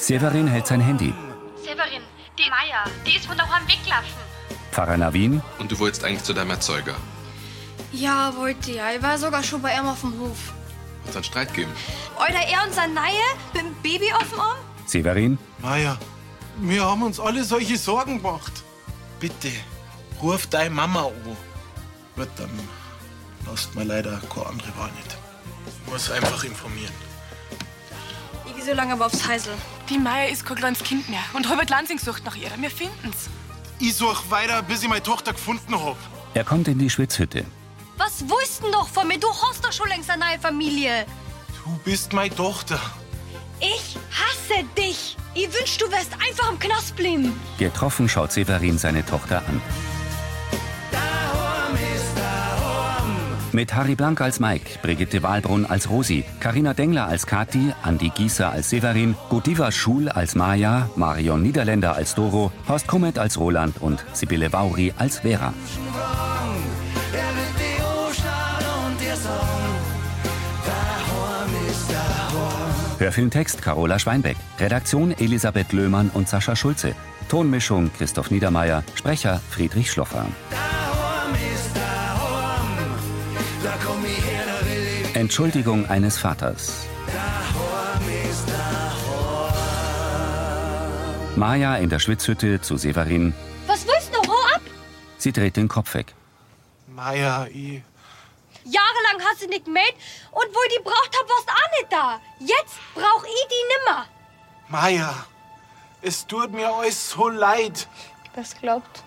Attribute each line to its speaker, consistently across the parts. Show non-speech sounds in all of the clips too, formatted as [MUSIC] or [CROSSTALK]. Speaker 1: Severin hält sein Handy.
Speaker 2: Severin, die Maya, die ist von der Hornweglaffen.
Speaker 1: Pfarrer Navin,
Speaker 3: Und du wolltest eigentlich zu deinem Erzeuger.
Speaker 4: Ja, wollte ja. Ich war sogar schon bei ihm auf dem Hof.
Speaker 3: Hat es einen Streit geben?
Speaker 4: Oder er und sein Neue mit dem Baby auf dem Arm?
Speaker 1: Severin,
Speaker 5: Maja, wir haben uns alle solche Sorgen gemacht. Bitte, ruf deine Mama an. Gut, dann lasst mir leider keine andere Wahl nicht. Ich muss einfach informieren.
Speaker 4: Ich geh so lange aber aufs Heisel.
Speaker 6: Die Maya ist kein kleines Kind mehr. Und Robert Lansing sucht nach ihr. Wir finden's.
Speaker 5: Ich such weiter, bis ich meine Tochter gefunden hab.
Speaker 1: er kommt in die Schwitzhütte.
Speaker 4: Was willst denn doch von mir? Du hast doch schon längst eine neue Familie.
Speaker 5: Du bist meine Tochter.
Speaker 4: Ich hasse dich. Ich wünsch, du wärst einfach im Knast blieben.
Speaker 1: Getroffen schaut Severin seine Tochter an. Mit Harry Blank als Mike, Brigitte Wahlbrunn als Rosi, Karina Dengler als Kathi, Andi Gieser als Severin, Godiva Schul als Maja, Marion Niederländer als Doro, Horst Kummet als Roland und Sibylle Vauri als Vera. Hörfilmtext Carola Schweinbeck. Redaktion Elisabeth Löhmann und Sascha Schulze. Tonmischung Christoph Niedermeyer. Sprecher Friedrich Schloffer. Entschuldigung eines Vaters. Maja in der Schwitzhütte zu Severin.
Speaker 4: Was willst du? Hau ab!
Speaker 1: Sie dreht den Kopf weg.
Speaker 5: Maja, ich.
Speaker 4: Jahrelang hast du nicht gemeldet und wo ich die braucht hab, warst du auch nicht da. Jetzt brauch ich die nimmer.
Speaker 5: Maja, es tut mir alles so leid.
Speaker 4: Das glaubt.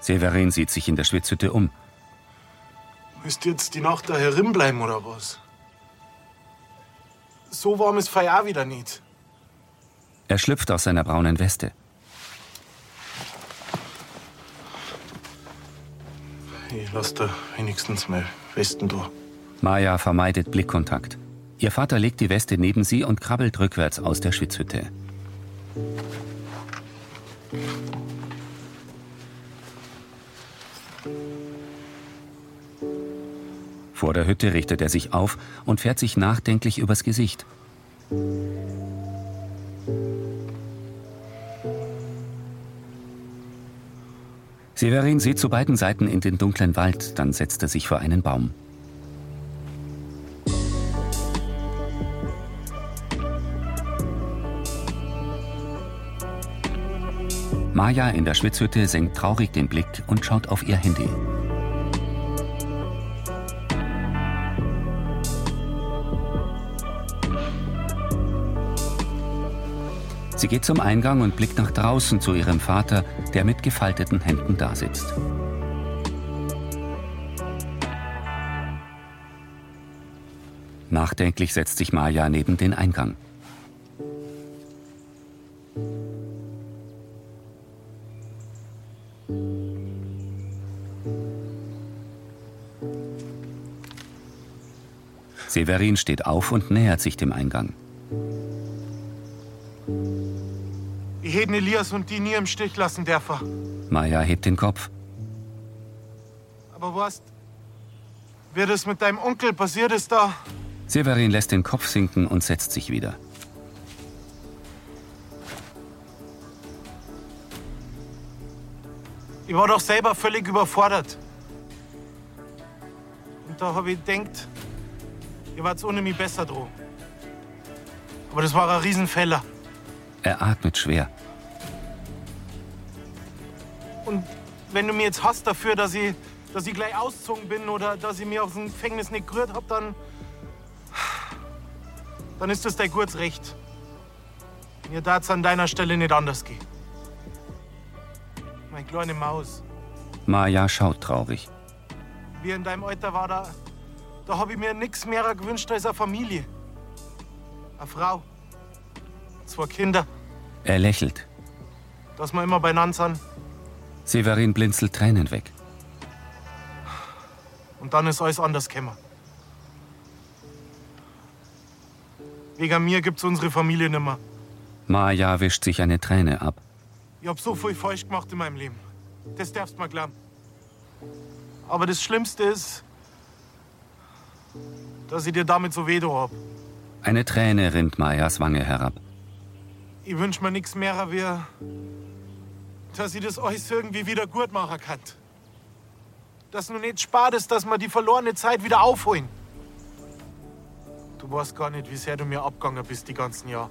Speaker 1: Severin sieht sich in der Schwitzhütte um.
Speaker 5: Müsst ihr jetzt die Nacht da herinbleiben oder was? So warm ist Feier auch wieder nicht.
Speaker 1: Er schlüpft aus seiner braunen Weste.
Speaker 5: Ich lass da wenigstens mal Westen da.
Speaker 1: Maja vermeidet Blickkontakt. Ihr Vater legt die Weste neben sie und krabbelt rückwärts aus der Schwitzhütte. Vor der Hütte richtet er sich auf und fährt sich nachdenklich übers Gesicht. Severin sieht zu beiden Seiten in den dunklen Wald, dann setzt er sich vor einen Baum. Maja in der Schwitzhütte senkt traurig den Blick und schaut auf ihr Handy. Sie geht zum Eingang und blickt nach draußen zu ihrem Vater, der mit gefalteten Händen dasitzt. Nachdenklich setzt sich Maja neben den Eingang. Severin steht auf und nähert sich dem Eingang.
Speaker 5: Ich hätte Elias und die nie im Stich lassen dürfen.
Speaker 1: Maya hebt den Kopf.
Speaker 5: Aber weißt, wie das mit deinem Onkel passiert ist da,
Speaker 1: Severin lässt den Kopf sinken und setzt sich wieder.
Speaker 5: ich war doch selber völlig überfordert. Und da hab ich gedacht, ihr wart's ohne mich besser dran. Aber das war ein Riesenfehler.
Speaker 1: Er atmet schwer.
Speaker 5: Und wenn du mir jetzt hast dafür, dass ich, dass ich gleich ausgezogen bin oder dass ich mir aus dem Gefängnis nicht gerührt hab, dann. dann ist das dein gutes Recht. Mir darf's an deiner Stelle nicht anders gehen. Meine kleine Maus,
Speaker 1: Maya schaut traurig.
Speaker 5: wie in deinem Alter war, da, da hab ich mir nix mehr gewünscht als eine Familie. Eine Frau. Zwei Kinder,
Speaker 1: Er lächelt.
Speaker 5: dass wir immer beieinander sind.
Speaker 1: Severin blinzelt Tränen weg.
Speaker 5: Und dann ist alles anders gekommen. Wegen mir gibt's unsere Familie nimmer.
Speaker 1: Maya wischt sich eine Träne ab.
Speaker 5: Ich hab so viel falsch gemacht in meinem Leben. Das darfst mal glauben. Aber das Schlimmste ist, dass ich dir damit so weh da hab.
Speaker 1: Eine Träne rinnt Mayas Wange herab.
Speaker 5: Ich wünsch mir nichts mehr, wie, dass ich das alles irgendwie wieder gut machen kann. Dass nur nicht spart ist, dass wir die verlorene Zeit wieder aufholen. Du weißt gar nicht, wie sehr du mir abgegangen bist die ganzen Jahre.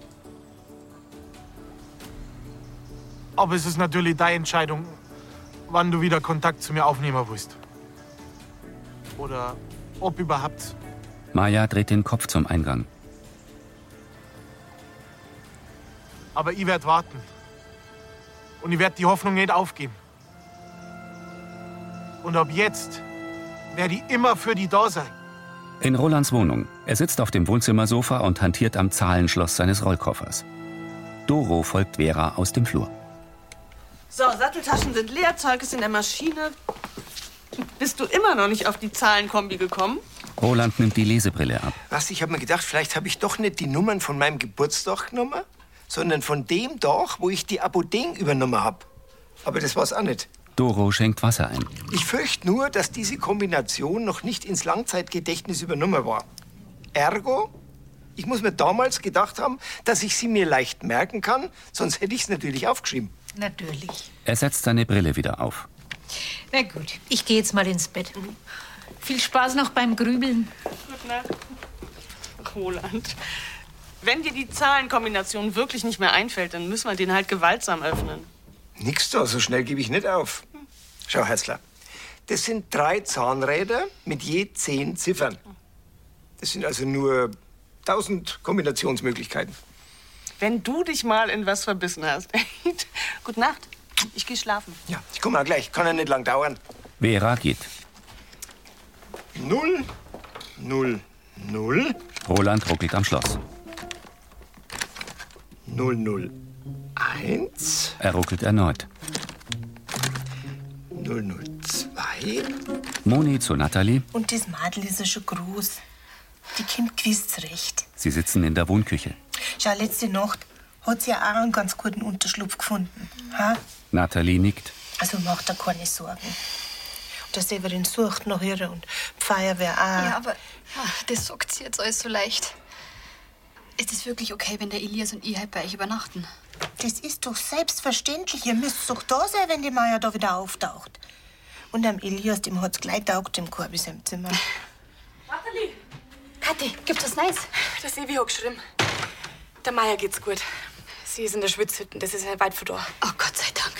Speaker 5: Aber es ist natürlich deine Entscheidung, wann du wieder Kontakt zu mir aufnehmen willst. Oder ob überhaupt.
Speaker 1: Maya dreht den Kopf zum Eingang.
Speaker 5: Aber ich werde warten. Und ich werde die Hoffnung nicht aufgeben. Und ab jetzt werde ich immer für die da sein.
Speaker 1: In Rolands Wohnung. Er sitzt auf dem Wohnzimmersofa und hantiert am Zahlenschloss seines Rollkoffers. Doro folgt Vera aus dem Flur.
Speaker 7: So, Satteltaschen sind leer, Zeug ist in der Maschine. Bist du immer noch nicht auf die Zahlenkombi gekommen?
Speaker 1: Roland nimmt die Lesebrille ab.
Speaker 8: Was? Ich habe mir gedacht, vielleicht habe ich doch nicht die Nummern von meinem Geburtstag genommen, sondern von dem Tag, wo ich die Apotheken übernommen habe. Aber das war's auch nicht.
Speaker 1: Doro schenkt Wasser ein.
Speaker 8: Ich fürchte nur, dass diese Kombination noch nicht ins Langzeitgedächtnis übernommen war. Ergo, ich muss mir damals gedacht haben, dass ich sie mir leicht merken kann, sonst hätte ich es natürlich aufgeschrieben.
Speaker 9: Natürlich.
Speaker 1: Er setzt seine Brille wieder auf.
Speaker 9: Na gut, ich gehe jetzt mal ins Bett. Viel Spaß noch beim Grübeln.
Speaker 7: Gute Nacht. Roland. Wenn dir die Zahlenkombination wirklich nicht mehr einfällt, dann müssen wir den halt gewaltsam öffnen. [LAUGHS]
Speaker 8: Nix da, so schnell gebe ich nicht auf. Schau, Herzler, das sind drei Zahnräder mit je zehn Ziffern. Das sind also nur tausend Kombinationsmöglichkeiten.
Speaker 7: Wenn du dich mal in was verbissen hast. Gute Nacht. Ich gehe schlafen.
Speaker 8: Ja, ich komme auch gleich, kann ja nicht lang dauern.
Speaker 1: Vera geht.
Speaker 8: Null, null, null,
Speaker 1: Roland ruckelt am Schloss.
Speaker 8: null, null, eins,
Speaker 1: Er ruckelt erneut.
Speaker 8: null, null, zwei.
Speaker 1: Moni zu Natalie.
Speaker 10: Und das Madel ist ja schon groß. Die Kind gewiss recht.
Speaker 1: Sie sitzen in der Wohnküche.
Speaker 10: Schau, letzte Nacht hat sie ja auch einen ganz guten Unterschlupf gefunden. Ha?
Speaker 1: Natalie nickt.
Speaker 10: Also macht da keine Sorgen. Und der Severin sucht nach ihr und die Feuerwehr auch.
Speaker 2: Ja, aber ach, das sagt sie jetzt alles so leicht. Ist es wirklich okay, wenn der Elias und ich halt bei euch übernachten?
Speaker 10: Das ist doch selbstverständlich. Ihr müsst doch da sein, wenn die Maya da wieder auftaucht. Und am Elias, dem hat's gleich taugt, dem Korb ist im Zimmer.
Speaker 6: Natalie,
Speaker 2: Kathi, gibt's was Neues?
Speaker 6: das Evi hat geschrieben. Der Meier geht's gut. Sie ist in der Schwitzhütte, das ist ja weit von da.
Speaker 2: Oh Gott sei Dank.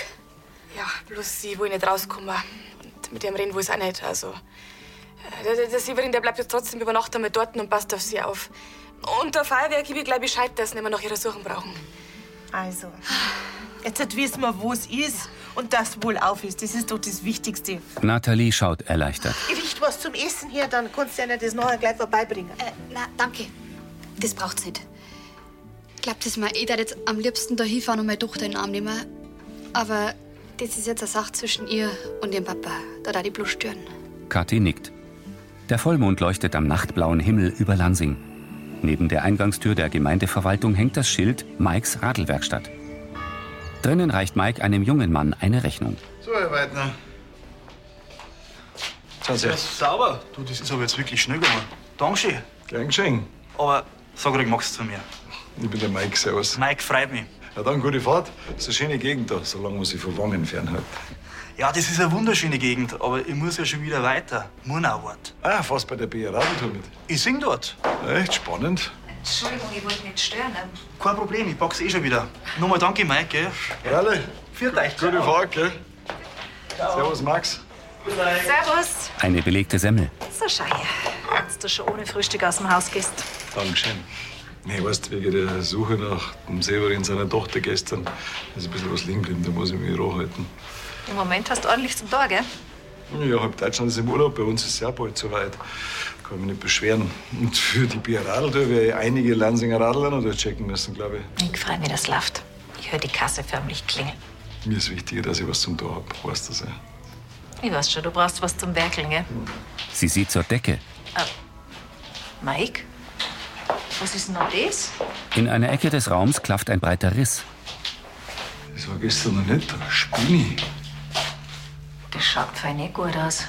Speaker 6: Ja, bloß sie will nicht rauskommen. Und mit ihrem reden will sie auch nicht. Also, äh, der, der- der Severin, der bleibt jetzt trotzdem über Nacht einmal dort und passt auf sie auf. Und der Feuerwehr gebe ich gleich Bescheid, dass sie nicht mehr nach ihrer Suchen brauchen.
Speaker 10: Also, jetzt wissen wir, wo es ist und dass wohl auf ist. Das ist doch das Wichtigste.
Speaker 1: Natalie schaut erleichtert.
Speaker 10: Gericht was zum Essen hier, dann kannst du dir das nachher gleich vorbeibringen.
Speaker 2: Äh, na, danke. Das braucht's nicht. Glaubt es mir, ich würde jetzt am liebsten da hinfahren und meine Tochter in den Arm nehmen. Aber das ist jetzt eine Sache zwischen ihr und ihrem Papa. Da da die bloß stören.
Speaker 1: Kathi nickt. Der Vollmond leuchtet am nachtblauen Himmel über Lansing. Neben der Eingangstür der Gemeindeverwaltung hängt das Schild Mikes Radlwerkstatt. Drinnen reicht Mike einem jungen Mann eine Rechnung.
Speaker 11: So, Herr Weidner.
Speaker 8: Tschüss.
Speaker 11: sauber. Du, das ist aber jetzt wirklich schnell gegangen. Dankeschön.
Speaker 8: Gern geschehen.
Speaker 11: Aber sag ruhig, magst du zu mir.
Speaker 12: Ich bin der Mike, servus.
Speaker 11: Mike freut mich.
Speaker 12: Na dann, gute Fahrt. Ist eine schöne Gegend da, solange man sich von Wangen fernhält.
Speaker 11: Ja, das ist eine wunderschöne Gegend, aber ich muss ja schon wieder weiter. Murnauwort.
Speaker 12: Ah, fast bei der BR Radltour mit.
Speaker 11: Ich sing dort.
Speaker 12: Echt spannend.
Speaker 9: Entschuldigung, ich wollte nicht stören. aber
Speaker 11: Kein Problem, ich pack's eh schon wieder. Nochmal danke, Mike, gell?
Speaker 12: Ehrlich?
Speaker 11: Viert euch.
Speaker 12: Gute Fahrt, gell? Servus, Max.
Speaker 9: Servus.
Speaker 1: Eine belegte Semmel.
Speaker 9: So, schau her. Wenn du schon ohne Frühstück aus dem Haus gehst.
Speaker 12: Dankeschön. Nee, weißt, wegen der Suche nach dem Severin seiner Tochter gestern ist ein bisschen was liegen geblieben, da muss ich mich ranhalten.
Speaker 9: Im Moment hast du ordentlich zum Tag, gell?
Speaker 12: Ja, halb Deutschland ist im Urlaub, bei uns ist es ja bald soweit. Kann mich nicht beschweren. Und für die BR Radltour werde ich einige Lansinger Radler noch dort checken müssen, glaube ich.
Speaker 9: Ich freue mich, dass es läuft. Ich höre die Kasse förmlich klingeln.
Speaker 12: Mir ist wichtiger, dass ich was zum Tor hab, weißt du das ja.
Speaker 9: Ich weiß schon, du brauchst was zum Werkeln, gell?
Speaker 1: Sie sieht zur Decke.
Speaker 9: Mike? Was ist denn noch das?
Speaker 1: In einer Ecke des Raums klafft ein breiter Riss.
Speaker 12: Das war gestern noch nicht, da spinne ich.
Speaker 9: Das schaut fein nicht gut aus.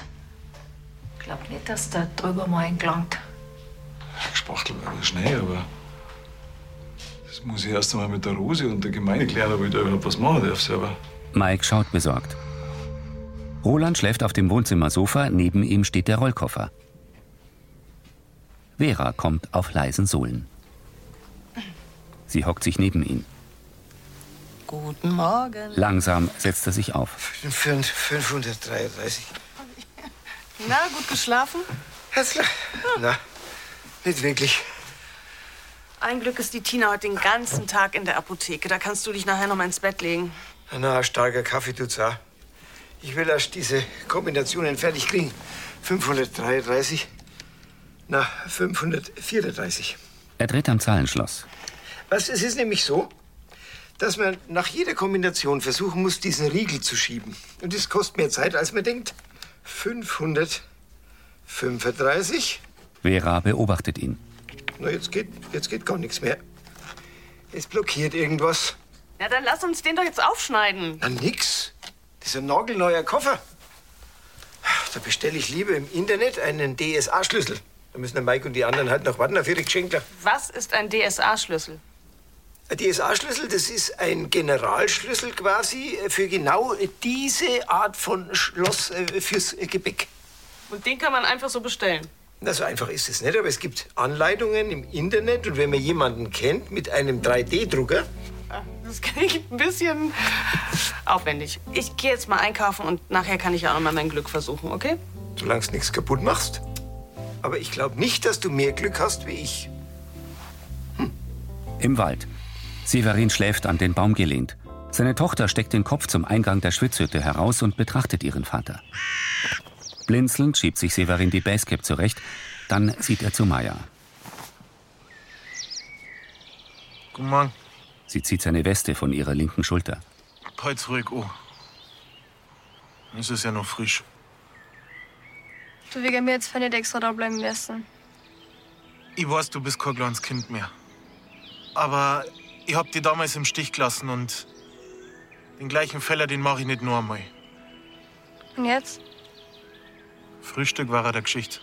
Speaker 9: Ich glaub nicht, dass da drüber mal entlangt.
Speaker 12: Gespachtel war aber schnell, aber das Jetzt muss ich erst einmal mit der Rose und der Gemeinde klären, ob ich da überhaupt was machen darf selber.
Speaker 1: Mike schaut besorgt. Roland schläft auf dem Wohnzimmersofa, neben ihm steht der Rollkoffer. Vera kommt auf leisen Sohlen. Sie hockt sich neben ihn.
Speaker 13: Guten Morgen.
Speaker 1: Langsam setzt er sich auf.
Speaker 8: 533.
Speaker 7: Na, gut geschlafen?
Speaker 8: Herzlich. Na, nicht wirklich.
Speaker 7: Ein Glück ist die Tina heute den ganzen Tag in der Apotheke. Da kannst du dich nachher noch mal ins Bett legen.
Speaker 8: Na, ein starker Kaffee tut's auch. Ich will erst diese Kombinationen fertig kriegen. 533. Na, 534.
Speaker 1: Er dreht am Zahlenschloss.
Speaker 8: Was, es ist nämlich so, dass man nach jeder Kombination versuchen muss, diesen Riegel zu schieben. Und das kostet mehr Zeit, als man denkt. 535.
Speaker 1: Vera beobachtet ihn.
Speaker 8: Na, jetzt geht, jetzt geht gar nichts mehr. Es blockiert irgendwas.
Speaker 7: Na, dann lass uns den doch jetzt aufschneiden.
Speaker 8: Na, nix. Das ist ein nagelneuer Koffer. Da bestelle ich lieber im Internet einen DSA-Schlüssel. Da müssen der Mike und die anderen halt noch warten auf ihre Geschenkler.
Speaker 7: Was ist ein DSA-Schlüssel?
Speaker 8: Ein DSA-Schlüssel, das ist ein Generalschlüssel quasi für genau diese Art von Schloss äh, fürs Gebäck.
Speaker 7: Und den kann man einfach so bestellen.
Speaker 8: Na, so einfach ist es nicht, aber es gibt Anleitungen im Internet und wenn man jemanden kennt mit einem 3D-Drucker,
Speaker 7: Das klingt ein bisschen aufwendig. Ich gehe jetzt mal einkaufen und nachher kann ich ja auch noch mal mein Glück versuchen, okay?
Speaker 8: solange es nichts kaputt machst. Aber ich glaube nicht, dass du mehr Glück hast wie ich.
Speaker 1: Im Wald. Severin schläft an den Baum gelehnt. Seine Tochter steckt den Kopf zum Eingang der Schwitzhütte heraus und betrachtet ihren Vater. Blinzelnd schiebt sich Severin die Basecap zurecht. Dann sieht er zu Maya.
Speaker 5: Guten Morgen.
Speaker 1: Sie zieht seine Weste von ihrer linken Schulter.
Speaker 5: Halt's ruhig an. Halt oh. Es ist ja noch frisch.
Speaker 14: Du wegen mir jetzt für nicht extra da bleiben müssen.
Speaker 5: Ich weiß, du bist kein kleines Kind mehr. Aber ich hab dich damals im Stich gelassen und den gleichen Fehler, den mache ich nicht nur einmal.
Speaker 14: Und jetzt?
Speaker 5: Frühstück war er der Geschichte.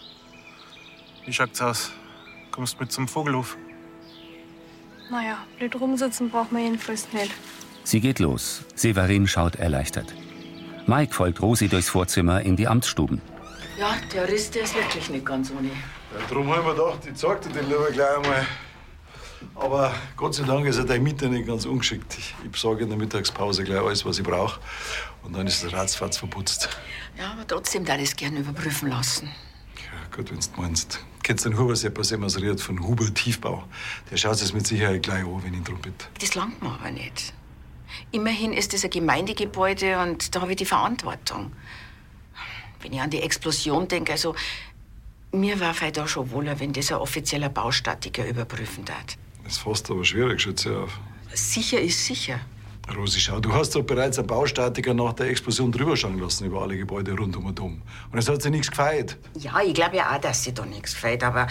Speaker 5: Wie schaut's aus? Kommst mit zum Vogelhof?
Speaker 14: Naja, blöd rumsitzen braucht man jedenfalls nicht.
Speaker 1: Sie geht los. Severin schaut erleichtert. Mike folgt Rosi durchs Vorzimmer in die Amtsstuben.
Speaker 13: Ja, der Riss, der ist wirklich nicht ganz ohne.
Speaker 12: Darum haben wir gedacht, ich zeig dir den lieber gleich einmal. Aber Gott sei Dank ist er dein Mieter nicht ganz ungeschickt. Ich ich besorge in der Mittagspause gleich alles, was ich brauche. Und dann ist der ratzfatz verputzt.
Speaker 13: Ja, aber trotzdem darf ich es gerne überprüfen lassen.
Speaker 12: Ja, gut, wenn's du meinst. Kennst den Hubersepp aus Emmersried von Huber Tiefbau? Der schaut es mit Sicherheit gleich an, wenn ich drum bin.
Speaker 13: Das langt mir aber nicht. Immerhin ist das ein Gemeindegebäude und da habe ich die Verantwortung. Wenn ich an die Explosion denke, also mir war vielleicht da schon wohler, wenn das ein offizieller Baustatiker überprüfen darf.
Speaker 12: Es fasst aber schwere Geschütze auf.
Speaker 13: Sicher ist sicher.
Speaker 12: Rosi, schau, du hast doch bereits einen Baustatiker nach der Explosion drüber schauen lassen über alle Gebäude rund um und um. Und es hat sich nichts gefeit.
Speaker 13: Ja, ich glaube ja auch, dass sie da nichts gefällt, aber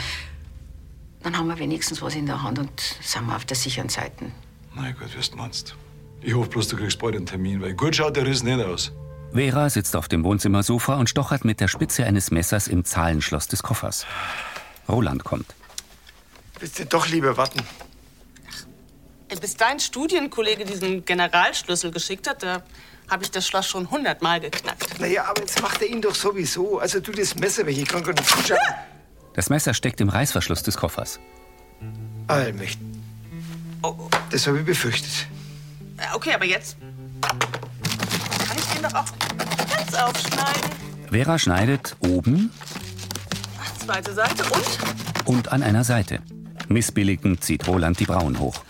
Speaker 13: dann haben wir wenigstens was in der Hand und sind wir auf der sicheren Seite.
Speaker 12: Na gut, wie du meinst. Ich hoffe bloß, du kriegst bald einen Termin, weil gut schaut der Riss nicht aus.
Speaker 1: Vera sitzt auf dem Wohnzimmersofa und stochert mit der Spitze eines Messers im Zahlenschloss des Koffers. Roland kommt.
Speaker 8: Willst du doch lieber warten?
Speaker 7: Ey, Bis dein Studienkollege diesen Generalschlüssel geschickt hat, da habe ich das Schloss schon hundertmal geknackt.
Speaker 8: Naja, aber jetzt macht er ihn doch sowieso. Also du das Messer weg, ich kann gar nicht zuschauen.
Speaker 1: Das Messer steckt im Reißverschluss des Koffers.
Speaker 8: Ah! Allmächtig. Oh, Das habe ich befürchtet.
Speaker 7: Äh, Okay, aber jetzt kann ich den doch auch ganz aufschneiden.
Speaker 1: Vera schneidet oben
Speaker 7: Zweite Seite und
Speaker 1: und an einer Seite. Missbilligend zieht Roland die Brauen hoch.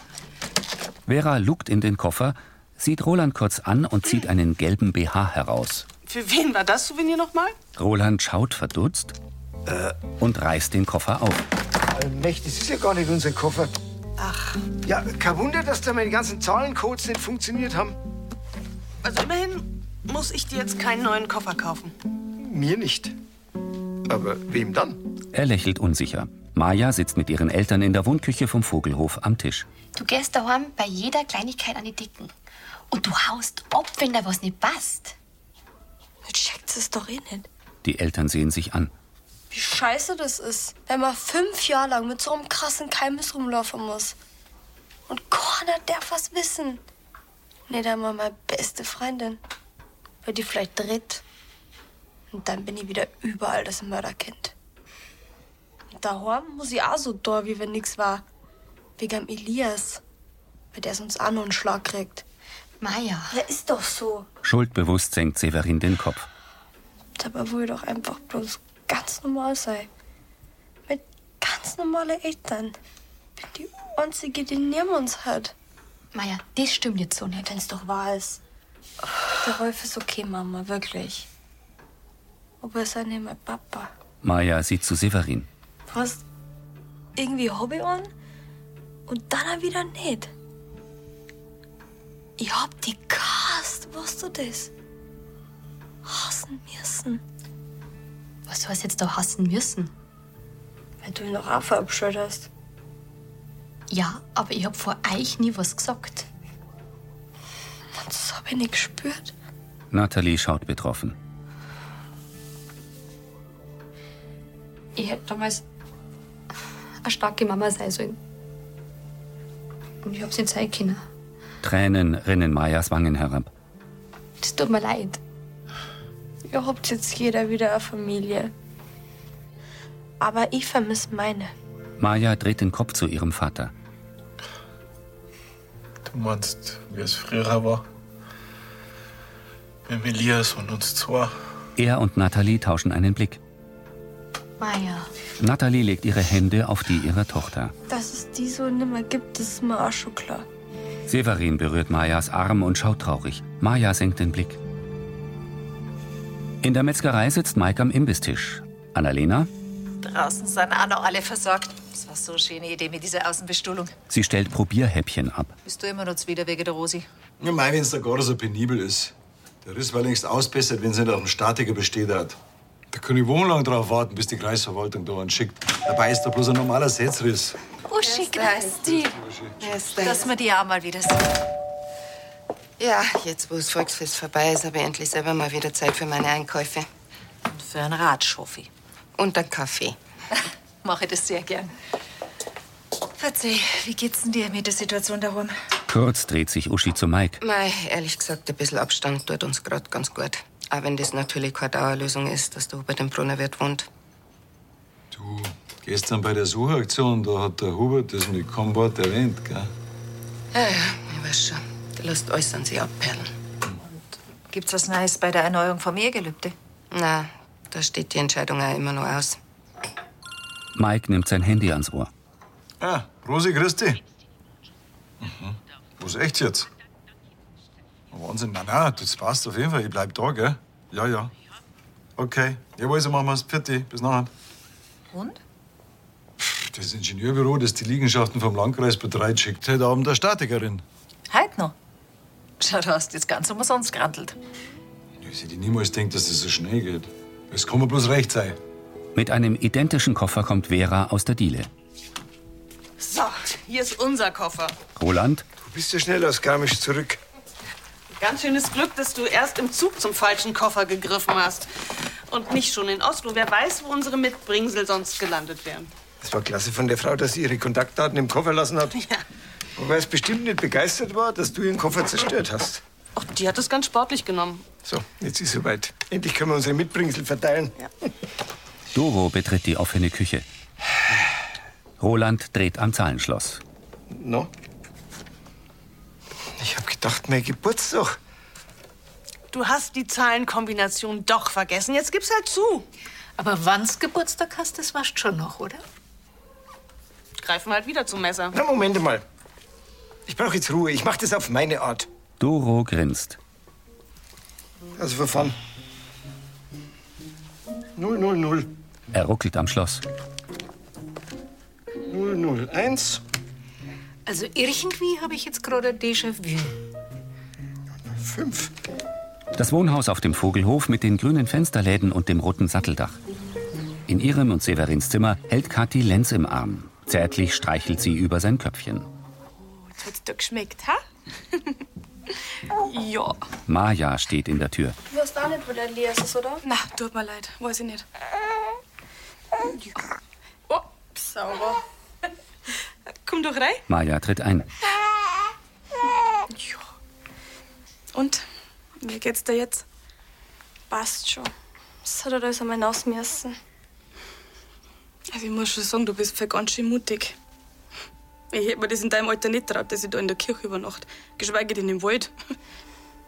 Speaker 1: Vera lugt in den Koffer, sieht Roland kurz an und zieht einen gelben BH heraus.
Speaker 7: für wen war das Souvenir nochmal?
Speaker 1: Roland schaut verdutzt äh, und reißt den Koffer auf.
Speaker 8: Allmächtig, das ist ja gar nicht unser Koffer. Ach. Ja, kein Wunder, dass da meine ganzen Zahlencodes nicht funktioniert haben.
Speaker 7: Also immerhin muss ich dir jetzt keinen neuen Koffer kaufen.
Speaker 8: Mir nicht. Aber wem dann?
Speaker 1: Er lächelt unsicher. Maja sitzt mit ihren Eltern in der Wohnküche vom Vogelhof am Tisch.
Speaker 15: Du gehst daheim bei jeder Kleinigkeit an die Dicken. Und du haust ab, wenn da was nicht passt. Du checkst es doch eh nicht.
Speaker 1: Die Eltern sehen sich an.
Speaker 14: Wie scheiße das ist, wenn man fünf Jahre lang mit so einem krassen Keimnis rumlaufen muss. Und keiner darf was wissen. Nee, da mal meine beste Freundin. Weil die vielleicht dreht. Und dann bin ich wieder überall das Mörderkind. Und daheim muss ich auch so da, wie wenn nix war. Wegen am Elias. Weil der sonst auch noch einen Schlag kriegt.
Speaker 15: Maja.
Speaker 14: Der ist doch so.
Speaker 1: Schuldbewusst senkt Severin den Kopf.
Speaker 14: Dabei will ich doch einfach bloß ganz normal sein. Mit ganz normalen Eltern. Bin die einzige, die niemand hat.
Speaker 15: Maja, das stimmt jetzt so nicht.
Speaker 14: Wenn's doch wahr ist. Der Rolf ist okay, Mama, wirklich. Aber es ist nicht mein Papa.
Speaker 1: Maya sieht zu Severin.
Speaker 14: Was? Irgendwie Hobby an? Und dann auch wieder nicht. Ich hab die gehasst, weißt du das? Hassen müssen.
Speaker 15: Was heißt jetzt da hassen müssen?
Speaker 14: Weil du ihn doch auch verabscheut hast.
Speaker 15: Ja, aber ich hab vor euch nie was gesagt.
Speaker 14: Das hab ich nicht gespürt.
Speaker 1: Natalie schaut betroffen.
Speaker 15: Ich hätte damals eine starke Mama sein sollen. Und ich hab's nicht sein können.
Speaker 1: Tränen rinnen Mayas Wangen herab.
Speaker 15: Das tut mir leid.
Speaker 14: Ihr habt jetzt jeder wieder eine Familie. Aber ich vermisse meine.
Speaker 1: Maya dreht den Kopf zu ihrem Vater.
Speaker 5: Du meinst, wie es früher war? Mit Elias und uns zwei.
Speaker 1: Er und Natalie tauschen einen Blick.
Speaker 15: Maja.
Speaker 1: Natalie legt ihre Hände auf die ihrer Tochter.
Speaker 14: Dass es die so nimmer gibt, das ist mir auch schon klar.
Speaker 1: Severin berührt Mayas Arm und schaut traurig. Maya senkt den Blick. In der Metzgerei sitzt Mike am Imbistisch. Annalena,
Speaker 16: Draußen sind auch noch alle versorgt. Das war so eine schöne Idee mit dieser Außenbestuhlung.
Speaker 1: sie stellt Probierhäppchen ab.
Speaker 16: Bist du immer noch wieder wegen der Rosi?
Speaker 12: Ich meine, wenn es der gar so penibel ist. Der Riss war längst ausbessert, wenn es nicht auf dem Statiker besteht hat. Da kann ich wochenlang drauf warten, bis die Kreisverwaltung da einen schickt. Dabei ist da bloß ein normaler Setzriss.
Speaker 16: Uschi, grüß dich. Dass wir die auch mal wieder sehen.
Speaker 17: Ja, jetzt wo das Volksfest vorbei ist, habe ich endlich selber mal wieder Zeit für meine Einkäufe. Und
Speaker 16: für einen Ratschoffi.
Speaker 17: Und einen Kaffee.
Speaker 16: Mache das sehr gern. Verzeih, wie geht's denn dir mit der Situation daheim?
Speaker 1: Kurz dreht sich Uschi zu Mike.
Speaker 17: Mei, ehrlich gesagt, ein bisschen Abstand tut uns gerade ganz gut. Auch wenn das natürlich keine Dauerlösung ist, dass der Hubert im Brunnerwirt wohnt.
Speaker 12: Gestern bei der Suchaktion, da hat der Hubert das mit keinem Wort erwähnt, gell?
Speaker 17: Ja, ja, ich weiß schon. Der lässt alles an sich abperlen.
Speaker 16: Gibt's was Neues bei der Erneuerung vom Ehegelübde?
Speaker 17: Na, da steht die Entscheidung auch immer noch aus.
Speaker 1: Mike nimmt sein Handy ans Ohr.
Speaker 12: Ah, Rosi, Christi. Mhm. Was echt jetzt? Wahnsinn, na na, das passt auf jeden Fall. Ich bleib da, gell? Ja, ja. Okay, jawohl, so machen wir's. Pfiat bis nachher.
Speaker 16: Und?
Speaker 12: Das Ingenieurbüro, das die Liegenschaften vom Landkreis betreut, schickt heute Abend eine Statikerin.
Speaker 16: Heute noch? Schau, du hast jetzt ganz umsonst gerandelt.
Speaker 12: Ich hätte niemals denkt, dass das so schnell geht. Es kann mir bloß recht sein.
Speaker 1: Mit einem identischen Koffer kommt Vera aus der Diele.
Speaker 7: So, hier ist unser Koffer.
Speaker 1: Roland,
Speaker 12: Du bist ja schnell aus Garmisch zurück.
Speaker 7: Ganz schönes Glück, dass du erst im Zug zum falschen Koffer gegriffen hast. Und nicht schon in Oslo. Wer weiß, wo unsere Mitbringsel sonst gelandet wären.
Speaker 8: Das war klasse von der Frau, dass sie ihre Kontaktdaten im Koffer lassen hat. Wobei es bestimmt nicht begeistert war, dass du ihren Koffer zerstört hast.
Speaker 7: Ach, die hat es ganz sportlich genommen.
Speaker 8: So, jetzt ist soweit. Endlich können wir unsere Mitbringsel verteilen.
Speaker 1: Doro betritt die offene Küche. Roland dreht am Zahlenschloss.
Speaker 8: No? Ich hab gedacht, mein Geburtstag.
Speaker 7: Du hast die Zahlenkombination doch vergessen. Jetzt gib's halt zu.
Speaker 16: Aber wann's Geburtstag hast, das warst schon noch, oder?
Speaker 7: Greifen wir halt wieder zum Messer.
Speaker 8: Na, Moment mal. Ich brauche jetzt Ruhe. Ich mach das auf meine Art.
Speaker 1: Doro grinst.
Speaker 8: Also verfahren. Null, null, null.
Speaker 1: Er ruckelt am Schloss.
Speaker 8: 001.
Speaker 16: Also irgendwie habe ich jetzt gerade ein Déjà-vu.
Speaker 8: Fünf.
Speaker 1: Das Wohnhaus auf dem Vogelhof mit den grünen Fensterläden und dem roten Satteldach. In ihrem und Severins Zimmer hält Kathi Lenz im Arm. Zärtlich streichelt sie über sein Köpfchen.
Speaker 6: Was hat's dir geschmeckt, ha? [LAUGHS]
Speaker 7: ja.
Speaker 1: Maja steht in der Tür.
Speaker 6: Du hast auch nicht, wo der Elias ist, oder? Na, tut mir leid. Weiß ich nicht. Oh, sauber. [LAUGHS] Komm doch rein.
Speaker 1: Maja tritt ein.
Speaker 14: Wie geht's dir jetzt?
Speaker 15: Passt schon. Das hat er alles einmal ausmessen.
Speaker 6: Also ich muss schon sagen, du bist voll ganz schön mutig. Ich hätte mir das in deinem Alter nicht traut, dass ich da in der Kirche übernacht. Geschweige denn im Wald.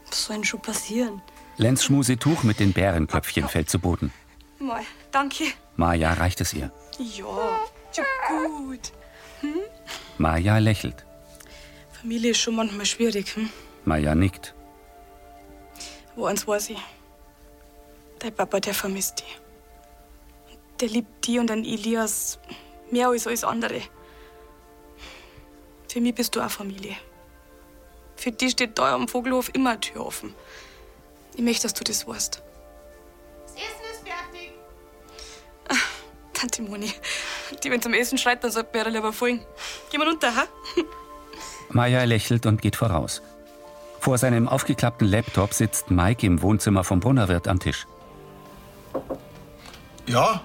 Speaker 6: Was soll denn schon passieren?
Speaker 1: Lenz Schmusetuch mit den Bärenköpfchen fällt zu Boden.
Speaker 6: Mal, danke.
Speaker 1: Maja reicht es ihr.
Speaker 6: Ja, ja gut. Hm?
Speaker 1: Maja lächelt.
Speaker 6: Familie ist schon manchmal schwierig. Hm?
Speaker 1: Maja nickt.
Speaker 6: Wo eins weiß ich. Dein Papa, der vermisst dich. Der liebt dich und den Elias mehr als alles andere. Für mich bist du auch Familie. Für dich steht da am Vogelhof immer eine Tür offen. Ich möchte, dass du das weißt.
Speaker 10: Das Essen ist fertig.
Speaker 6: Ah, Tante Moni, die, wenn zum Essen schreit, dann sollten wir ihr lieber folgen. Geh mal runter, ha?
Speaker 1: Maja lächelt und geht voraus. Vor seinem aufgeklappten Laptop sitzt Mike im Wohnzimmer vom Brunnerwirt am Tisch.
Speaker 12: Ja,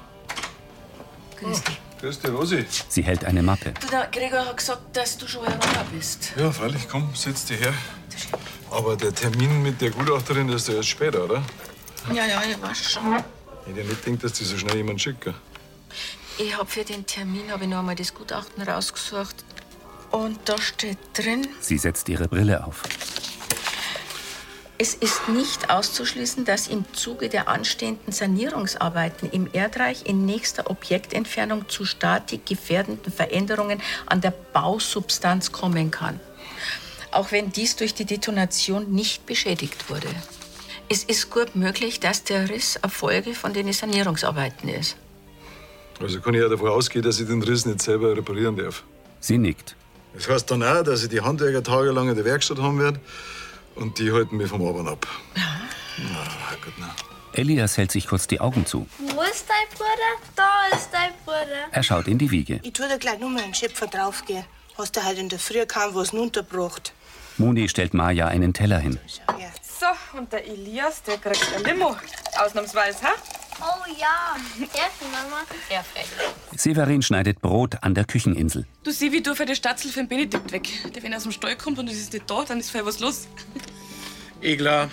Speaker 13: Grüß dich.
Speaker 12: grüß dich, Rosi.
Speaker 1: Sie hält eine Mappe.
Speaker 13: Du, der Gregor hat gesagt, dass du schon wieder da bist.
Speaker 12: Ja, freilich, komm, setz dich her. Aber der Termin mit der Gutachterin ist ja erst später, oder?
Speaker 13: Ja, ja, ich weiß schon.
Speaker 12: Ich hätte ja nicht gedacht, dass die so schnell jemand schicken.
Speaker 13: Ich habe für den Termin hab ich noch einmal das Gutachten rausgesucht. Und da steht drin,
Speaker 1: Sie setzt ihre Brille auf.
Speaker 13: es ist nicht auszuschließen, dass im Zuge der anstehenden Sanierungsarbeiten im Erdreich in nächster Objektentfernung zu statik gefährdenden Veränderungen an der Bausubstanz kommen kann. Auch wenn dies durch die Detonation nicht beschädigt wurde. Es ist gut möglich, dass der Riss Erfolge von den Sanierungsarbeiten ist.
Speaker 12: Also kann ich ja davon ausgehen, dass ich den Riss nicht selber reparieren darf.
Speaker 1: Sie nickt.
Speaker 12: Das heißt dann auch, dass ich die Handwerker tagelang in der Werkstatt haben werde und die halten mich vom Arbeiten ab. Na, gut, na.
Speaker 1: Elias hält sich kurz die Augen zu.
Speaker 14: Wo ist dein Bruder? Da ist dein Bruder.
Speaker 1: Er schaut in die Wiege.
Speaker 10: Ich tu dir gleich nur mal einen Schöpfer draufgehen. Hast du halt in der Früh kaum was runtergebracht.
Speaker 1: Moni stellt Maja einen Teller hin.
Speaker 6: So, und der Elias, der kriegt ein Limo. Ausnahmsweise, ha?
Speaker 14: Oh ja, Erfen, Mama. Erfen.
Speaker 1: Severin schneidet Brot an der Kücheninsel.
Speaker 6: Du sieh, wie du für die Statzel für den Benedikt weg. Der, wenn er aus dem Stall kommt und es ist nicht da, dann ist voll was los.
Speaker 5: Egler.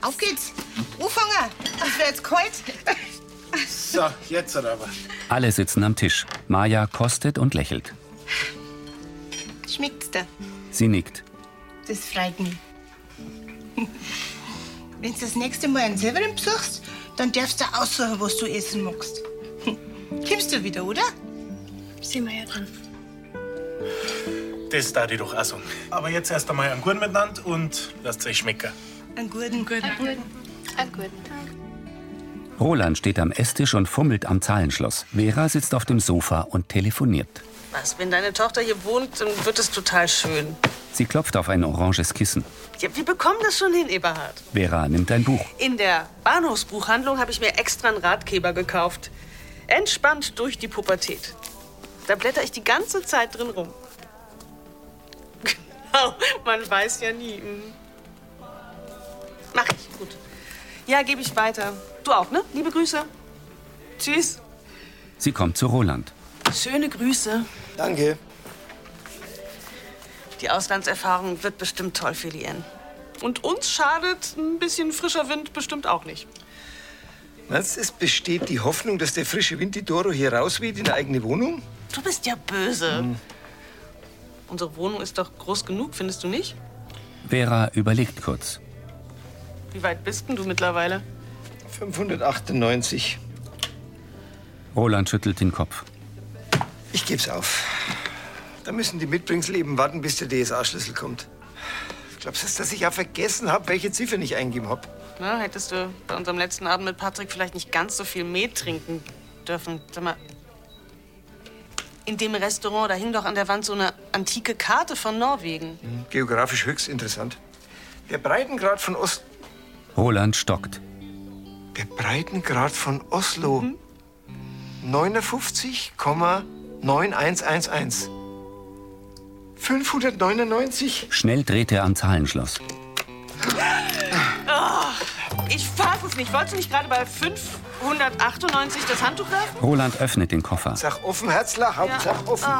Speaker 10: Auf geht's. Anfangen. Es wird jetzt kalt.
Speaker 5: [LAUGHS] So, jetzt aber.
Speaker 1: Alle sitzen am Tisch. Maja kostet und lächelt.
Speaker 10: Schmeckt's dir?
Speaker 1: Sie nickt.
Speaker 10: Das freut mich. Wenn du das nächste Mal einen Silberin besuchst, dann darfst du aussuchen, was du essen magst. Kimmst du wieder, oder?
Speaker 14: Sehen wir ja dann.
Speaker 5: Das darf ich doch auch sagen. Aber jetzt erst einmal einen guten miteinander und lasst euch schmecken.
Speaker 10: Einen guten, guten. Einen
Speaker 14: guten. Einen guten Tag.
Speaker 1: Roland steht am Esstisch und fummelt am Zahlenschloss. Vera sitzt auf dem Sofa und telefoniert.
Speaker 7: Was, wenn deine Tochter hier wohnt, dann wird es total schön.
Speaker 1: Sie klopft auf ein oranges Kissen.
Speaker 7: Ja, wir bekommen das schon hin, Eberhard.
Speaker 1: Vera nimmt ein Buch.
Speaker 7: In der Bahnhofsbuchhandlung habe ich mir extra einen Ratgeber gekauft. Entspannt durch die Pubertät. Da blätter ich die ganze Zeit drin rum. Genau, man weiß ja nie. mhm. Mach ich, gut. Ja, gebe ich weiter. Du auch, ne? Liebe Grüße. Tschüss.
Speaker 1: Sie kommt zu Roland.
Speaker 7: Schöne Grüße.
Speaker 8: Danke.
Speaker 7: Die Auslandserfahrung wird bestimmt toll für die Ann. Und uns schadet ein bisschen frischer Wind bestimmt auch nicht.
Speaker 8: Meinst du, es besteht die Hoffnung, dass der frische Wind die Doro hier rausweht in eine eigene Wohnung?
Speaker 7: Du bist ja böse. Unsere Wohnung ist doch groß genug, findest du nicht?
Speaker 1: Vera überlegt kurz.
Speaker 7: Wie weit bist denn du mittlerweile?
Speaker 8: 598.
Speaker 1: Roland schüttelt den Kopf.
Speaker 8: Ich geb's auf. Da müssen die Mitbringsel eben warten, bis der DSA-Schlüssel kommt. Glaubst du, dass ich auch vergessen habe, welche Ziffer ich eingeben habe?
Speaker 7: Na, Ne, hättest du bei unserem letzten Abend mit Patrick vielleicht nicht ganz so viel Mehl trinken dürfen. Sag mal, in dem Restaurant, da hing doch an der Wand so eine antike Karte von Norwegen.
Speaker 8: Hm, Geografisch höchst interessant. Der Breitengrad von Ost.
Speaker 1: Roland stockt.
Speaker 8: Der Breitengrad von Oslo. 59,9111. 599.
Speaker 1: Schnell dreht er am Zahlenschloss.
Speaker 7: Ach, Oh, ich fass es nicht. Wolltest du nicht gerade bei 598 das Handtuch werfen?
Speaker 1: Roland öffnet den Koffer.
Speaker 8: Sag offen, Herzler, Hauptsache offen.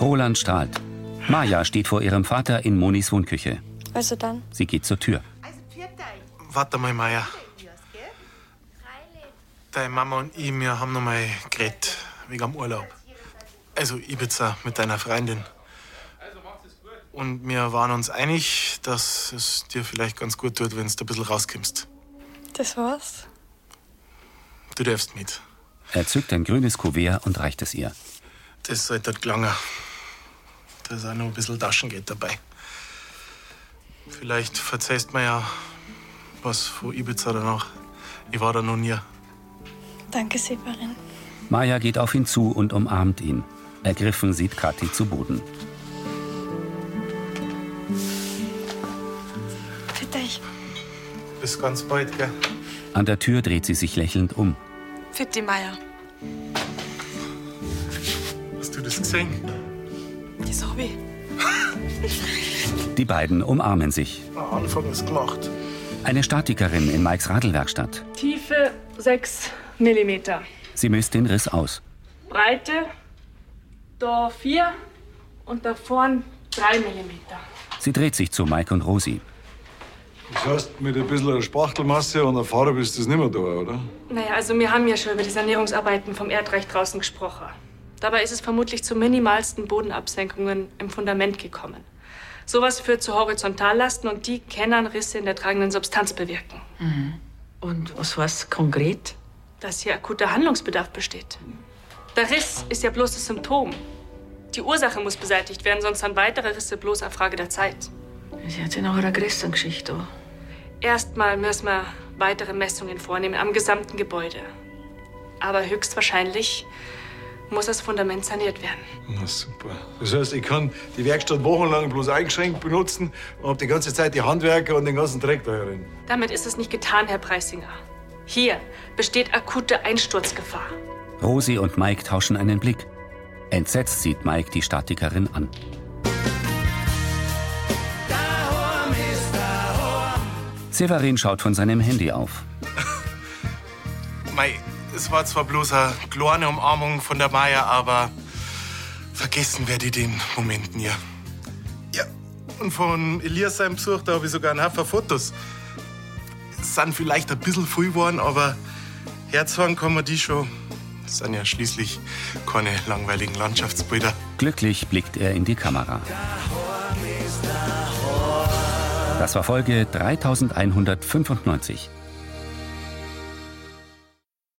Speaker 1: Roland strahlt. Maja steht vor ihrem Vater in Monis Wohnküche.
Speaker 14: Also dann.
Speaker 1: Sie geht zur Tür.
Speaker 5: Warte mal, Meier. Deine Mama und ich, wir haben noch mal geredet, wegen am Urlaub. Also Ibiza mit deiner Freundin. Und wir waren uns einig, dass es dir vielleicht ganz gut tut, wenn du ein bisschen rauskommst.
Speaker 14: Das war's.
Speaker 5: Du darfst mit.
Speaker 1: Er zückt ein grünes Kuvert und reicht es ihr.
Speaker 5: Das sollte dort gelangen. Da ist auch noch ein bisschen Taschengeld dabei. Vielleicht verzeihst mir ja was von Ibiza danach. Ich war da noch nie.
Speaker 14: Danke, Severin.
Speaker 1: Maya geht auf ihn zu und umarmt ihn. Ergriffen sieht Kathi zu Boden.
Speaker 14: Bitte ich.
Speaker 5: Bis ganz bald, gell?
Speaker 1: An der Tür dreht sie sich lächelnd um.
Speaker 6: Fit die Meier.
Speaker 5: Hast du das gesehen?
Speaker 6: Das Hobby.
Speaker 1: Die beiden umarmen sich.
Speaker 5: Am Anfang ist gemacht.
Speaker 1: Eine Statikerin in Mikes Radlwerkstatt.
Speaker 18: Tiefe 6 mm.
Speaker 1: Sie misst den Riss aus.
Speaker 18: Breite da 4 und da vorn 3 mm.
Speaker 1: Sie dreht sich zu Mike und Rosi.
Speaker 12: Das heißt, mit ein bisschen Spachtelmasse und Erfahrung ist das nicht mehr da, oder?
Speaker 18: Naja, also wir haben ja schon über die Sanierungsarbeiten vom Erdreich draußen gesprochen. Dabei ist es vermutlich zu minimalsten Bodenabsenkungen im Fundament gekommen. Sowas führt zu Horizontallasten und die können Risse in der tragenden Substanz bewirken,
Speaker 13: Mhm. Und was heißt konkret?
Speaker 18: dass hier akuter Handlungsbedarf besteht. Der Riss ist ja bloß das Symptom. Die Ursache muss beseitigt werden, sonst sind weitere Risse bloß eine Frage der Zeit.
Speaker 13: Sie hat ja noch eine größere Geschichte. an.
Speaker 18: Erstmal müssen wir weitere Messungen vornehmen am gesamten Gebäude. Aber höchstwahrscheinlich muss das Fundament saniert werden.
Speaker 12: Na super. Das heißt, ich kann die Werkstatt wochenlang bloß eingeschränkt benutzen und hab die ganze Zeit die Handwerker und den ganzen Dreck da herin.
Speaker 18: Damit ist es nicht getan, Herr Preisinger. Hier besteht akute Einsturzgefahr.
Speaker 1: Rosi und Mike tauschen einen Blick. Entsetzt sieht Mike die Statikerin an. Severin schaut von seinem Handy auf.
Speaker 5: Mei, es war zwar bloß eine kleine Umarmung von der Maya, aber vergessen werde ich den Moment nie. Ja, und von Elias seinem Besuch, da habe ich sogar ein Haufen Fotos. Es sind vielleicht ein bisschen viel geworden, aber herzhagen kann man die schon. Das sind ja schließlich keine langweiligen Landschaftsbilder.
Speaker 1: Glücklich blickt er in die Kamera. Das war Folge 3195.